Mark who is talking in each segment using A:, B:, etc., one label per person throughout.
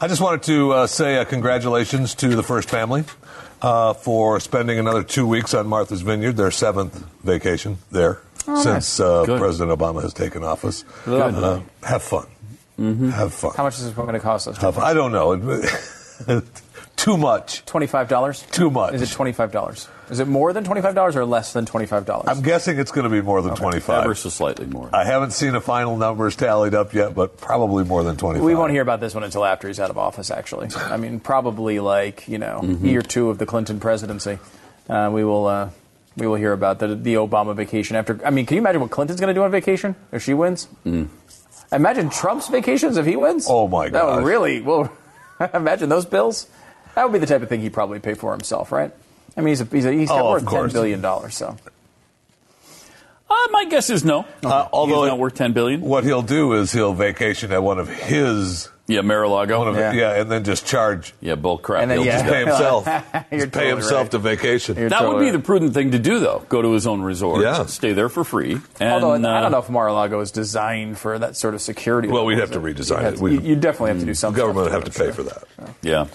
A: I just wanted to uh, say uh, congratulations to the first family uh, for spending another two weeks on Martha's Vineyard, their seventh vacation there since uh,
B: Good.
A: President Obama has taken office.
B: Good. Mm-hmm.
A: Uh, have fun. Have fun.
B: How much is this going to cost us?
A: Have fun. I don't know. Too much.
B: Twenty-five dollars.
A: Too much.
B: Is it twenty-five dollars? Is it more than twenty-five dollars or less than twenty-five dollars?
A: I'm guessing it's going to be more than 25.
C: Ever so slightly more.
A: I haven't seen the final numbers tallied up yet, but probably more than 25.
B: We won't hear about this one until after he's out of office, actually. I mean, probably like, you know,
A: Mm-hmm.
B: year two of the Clinton presidency. Uh, we will. Uh, we will hear about the, the Obama vacation after. I mean, can you imagine what Clinton's going to do on vacation if she wins? Imagine Trump's vacations if he wins.
A: Mm. Oh, my
B: That would
A: gosh.
B: really. Well, imagine those bills. That would be the type of thing he'd probably pay for himself, right? I mean, he's a, he's a, he's got
A: Oh,
B: worth
A: of
B: ten
A: course.
B: billion dollars. So
C: Uh, my guess is no.
A: Uh, although
C: He's not worth ten billion.
A: What he'll do is he'll vacation at one of his,
C: Yeah, Mar-a-Lago.
A: one of,
B: Yeah.
A: yeah. and then just charge,
C: yeah, bull crap.
B: And then,
C: He'll
B: yeah.
A: just
C: just-
A: pay himself,
B: You're
A: Just pay
B: totally
A: himself
B: right.
A: to vacation.
B: You're
C: That would
B: totally
C: be the
B: right.
C: prudent thing to do, though. Go to his own resort,
A: Yeah.
C: stay there for free. And,
B: Although I don't
C: uh,
B: know if Mar-a-Lago is designed for that sort of security.
A: Well, we'd have
B: level,
A: to
B: is it?
A: redesign
B: You'd have
A: it.
B: to-
A: We'd-
B: you- you'd definitely have to do
A: The
B: something.
A: government would have to pay for that.
C: Yeah.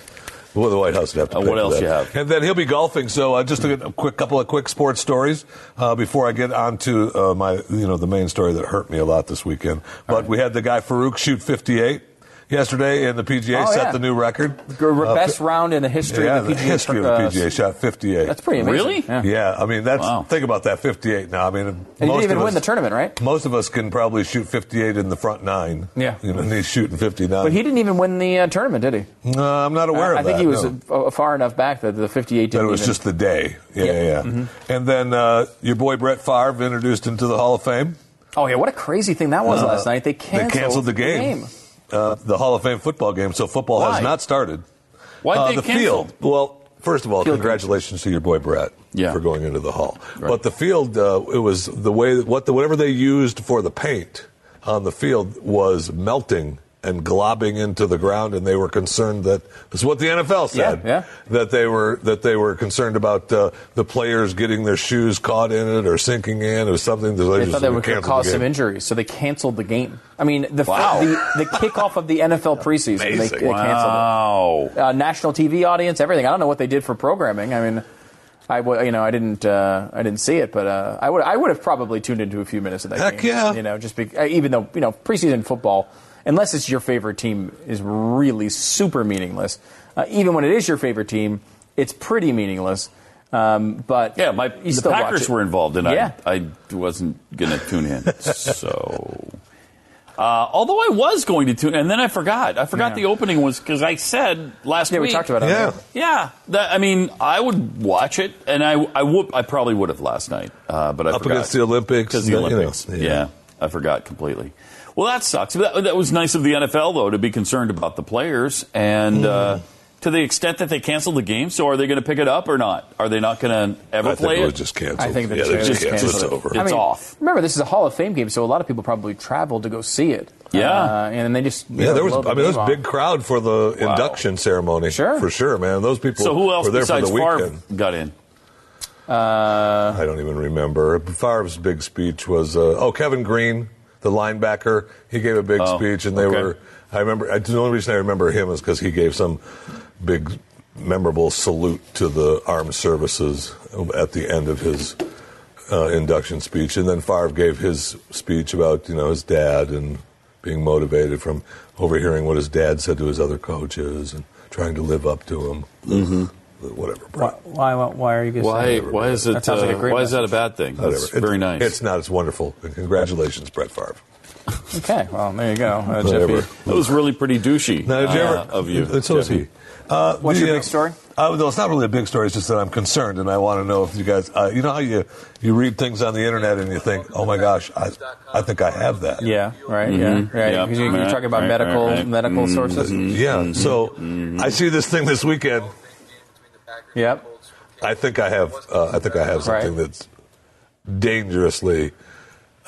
A: Well, the White House would have to.
C: Uh,
A: pay
C: what
A: for
C: else
A: that.
C: you have?
A: And then he'll be golfing. So uh, just to get a quick couple of quick sports stories uh, before I get on to uh, my you know the main story that hurt me a lot this weekend. But we had the guy Farouk shoot 58 yesterday in the PGA,
B: Oh,
A: set
B: yeah.
A: the new record.
B: Gr-
A: Uh,
B: best round in the history
A: yeah,
B: of the PGA.
A: history of the
B: uh,
A: PGA shot 58.
B: That's pretty amazing.
C: Really?
B: Yeah.
A: Yeah, I mean that's
C: Wow.
A: think about that 58 now. I mean, and
B: And you didn't even win the tournament, right?
A: Most of us can probably shoot 58 in the front nine.
B: Yeah.
A: you know, and he's shooting 59.
B: But he didn't even win the uh, tournament, did he?
A: No, I'm not aware of
B: I, I think
A: that,
B: he was
A: no.
B: uh, far enough back that the 58
A: That
B: didn't
A: it was
B: even-
A: just the day. Yeah,
B: Yeah. Mm-hmm.
A: yeah. yeah. And then uh, your boy Brett Favre introduced him to the Hall of Fame.
B: Oh, yeah, what a crazy thing that was
A: Uh,
B: last night. They
A: they
B: canceled,
A: canceled the game. Uh, the Hall of Fame football game. So football
C: Why?
A: has not started.
C: Why'd
A: Uh,
C: they
A: the
C: cancel?
A: field. Well, first of all,
B: Field
A: congratulations to your boy Brett
C: Yeah.
A: for going into the Hall.
C: Right.
A: But the field, uh, it was the way that what the, whatever they used for the paint on the field was melting. And globbing into the ground, and they were concerned that that's what the NFL said
B: yeah.
A: that they were that they were concerned about uh, the players getting their shoes caught in it or sinking in or something. They,
B: They
A: just
B: thought that would
A: canceled the
B: cause
A: game.
B: some injuries, so they canceled the game. I mean, the,
C: Wow.
B: the, the kickoff of the NFL preseason, they, they
A: Amazing.
B: canceled it.
C: Wow.
B: uh, national TV audience, everything. I don't know what they did for programming. I mean, I w- you know I didn't uh, I didn't see it, but uh, I would I would have probably tuned into a few minutes of that
A: Heck
B: game.
A: yeah.
B: You know, just be, uh, even though you know preseason football, unless it's your favorite team, is really super meaningless. Uh, even when it is your favorite team, it's pretty meaningless. Um, but
C: Yeah, my
B: you
C: the
B: still watch
C: Packers
B: it.
C: were involved, and
B: Yeah.
C: I, I wasn't going to tune in. so, uh, although I was going to tune, and then I forgot. I forgot
B: Yeah.
C: the opening was because I said last
B: Yeah, we
C: week.
B: talked about it. on
A: Yeah.
B: there.
C: Yeah, that, I mean, I would watch it, and I I would I probably would have last night, uh, but I
A: Up
C: forgot.
A: against the Olympics,
C: because the
A: you know,
C: Olympics. yeah.
A: yeah.
C: I forgot completely. Well, that sucks. That, that was nice of the NFL though to be concerned about the players, and
A: Hmm.
C: uh, to the extent that they canceled the game, so are they going to pick it up or not? Are they not going to ever
A: I
C: play
A: think it
C: it?
A: was just canceled.
B: I think they
A: yeah, they
B: just
A: just canceled.
C: canceled it.
A: It's over.
C: It's off.
B: Remember, this is a Hall of Fame game, so a lot of people probably traveled to go see it.
C: Yeah.
B: uh, and they just you
A: yeah,
B: know,
A: there was.
B: blow
A: I
B: the
A: mean, there
B: game
A: was a
B: off.
A: big crowd for the induction ceremony.
B: Sure.
A: for sure, man. Those people.
C: so who else
A: were there
C: besides
A: for the
C: Favre
A: weekend?
C: got in?
A: I don't even remember. Favre's big speech was. Uh, oh, Kevin Green, the linebacker, he gave a big
C: Oh,
A: speech, and they
C: okay.
A: were. I remember. I, the only reason I remember him is because he gave some big, memorable salute to the armed services at the end of his uh, induction speech, and then Favre gave his speech about you know his dad and being motivated from overhearing what his dad said to his other coaches and trying to live up to him. Whatever.
B: Why, why, why are you guys
C: Why
B: saying
C: why is it?
B: That sounds like a
C: uh,
B: great
C: why is that a bad thing?
A: Whatever.
C: That's very nice.
A: It's not. It's wonderful. And congratulations, Brett Favre.
B: Okay, well, there you go. Uh,
A: Whatever.
B: Jeffy,
C: that was really pretty douchey
A: Now, did you
C: uh,
A: ever,
C: of you.
A: And so is
C: Jeffy.
A: he. Uh,
B: what's
A: the,
B: your
A: uh,
B: big story?
A: Uh, no, it's not really a big story. It's just that I'm concerned, and I want to know if you guys, uh, you know how you, you read things on the internet and you think, oh my gosh, I, I think I have that.
B: Yeah, right. Yeah, right.
C: Yeah.
B: Because you, are talking about
C: Mm-hmm. Right, right,
B: medical
C: right. Mm.
B: medical sources.
C: Mm-hmm.
A: Yeah. So I see this thing this weekend.
B: Yep.
A: I think I have. Uh, I think I have something
B: Right.
A: that's dangerously.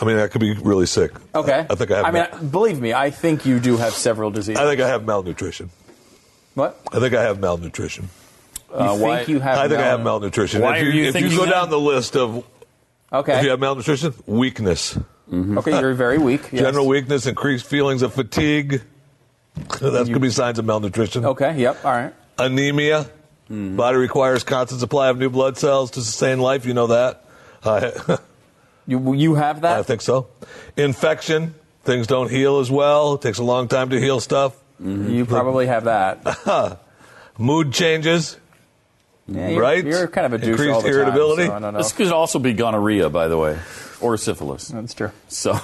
A: I mean, I could be really sick.
B: Okay.
A: I, I think I have.
B: I mean,
A: mal-
B: believe me, I think you do have several diseases.
A: I think I have malnutrition.
B: what?
A: I think I have malnutrition.
B: You
C: Uh,
B: think
C: why-
B: you have?
A: I think I have
B: mal-
A: malnutrition.
C: Why
A: if
C: are you
A: if you
C: thinking
A: go
C: that?
A: down the list of if
B: Okay. Mm-hmm.
A: you have malnutrition, weakness,
B: okay. You're very weak. yes.
A: general weakness, increased feelings of fatigue. That could be signs of malnutrition.
B: Okay. Yep. All right.
A: anemia.
C: Hmm.
A: Body requires constant supply of new blood cells to sustain life. You know that. I,
B: You you have that.
A: I think so. Infection. Things don't heal as well. It takes a long time to heal stuff.
B: you probably have that.
A: Mood changes.
B: Yeah, you're-
A: Right?
B: You're, kind of a douche
A: Increased
B: all the time,
A: irritability?
B: so I don't know.
C: This could also be gonorrhea, by the way, or syphilis.
B: That's true.
C: So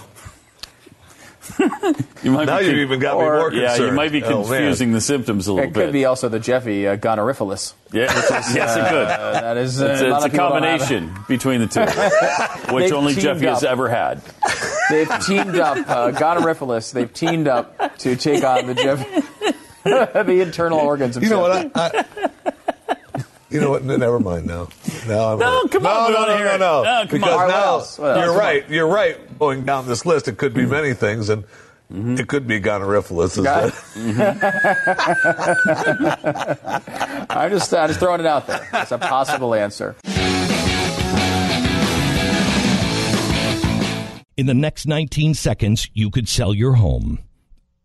C: you might
A: Now
C: be
A: you've even got me
B: or-
A: more
C: yeah,
A: concerned.
C: you might be
A: Oh, man.
C: confusing the symptoms a little
B: It
C: bit.
B: could be also the Jeffy uh, gonorrhophilus.
C: yeah, yes, it could.
B: Uh, that is uh,
C: It's,
B: a,
C: a,
B: lot
C: it's
B: of
C: a
B: people don't have it.
C: combination between the two, which
B: They've
C: only
B: teamed
C: Jeffy has
B: up.
C: ever had.
B: They've teamed up, uh, gonorrhophilus. They've teamed up to take on the Jeffy, the internal organs. Of
A: You know
B: Jeffy.
A: what? I, I- you know what? N- Never mind. Now, now I'm
C: No, come on, we
A: No,
C: wanna
A: no,
C: hear
A: no, no,
C: it. No,
A: no.
C: come
A: Because
C: on.
B: All right, what
A: now
B: else? What else?
A: you're
B: Come
A: right. You're right. Going down this list, it could
C: Mm-hmm.
A: be many things, and it could be gonorrhophilus. Is
B: Got-
A: that-
B: I'm just, I'm just throwing it out there. It's a possible answer.
D: In the next 19 seconds, you could sell your home.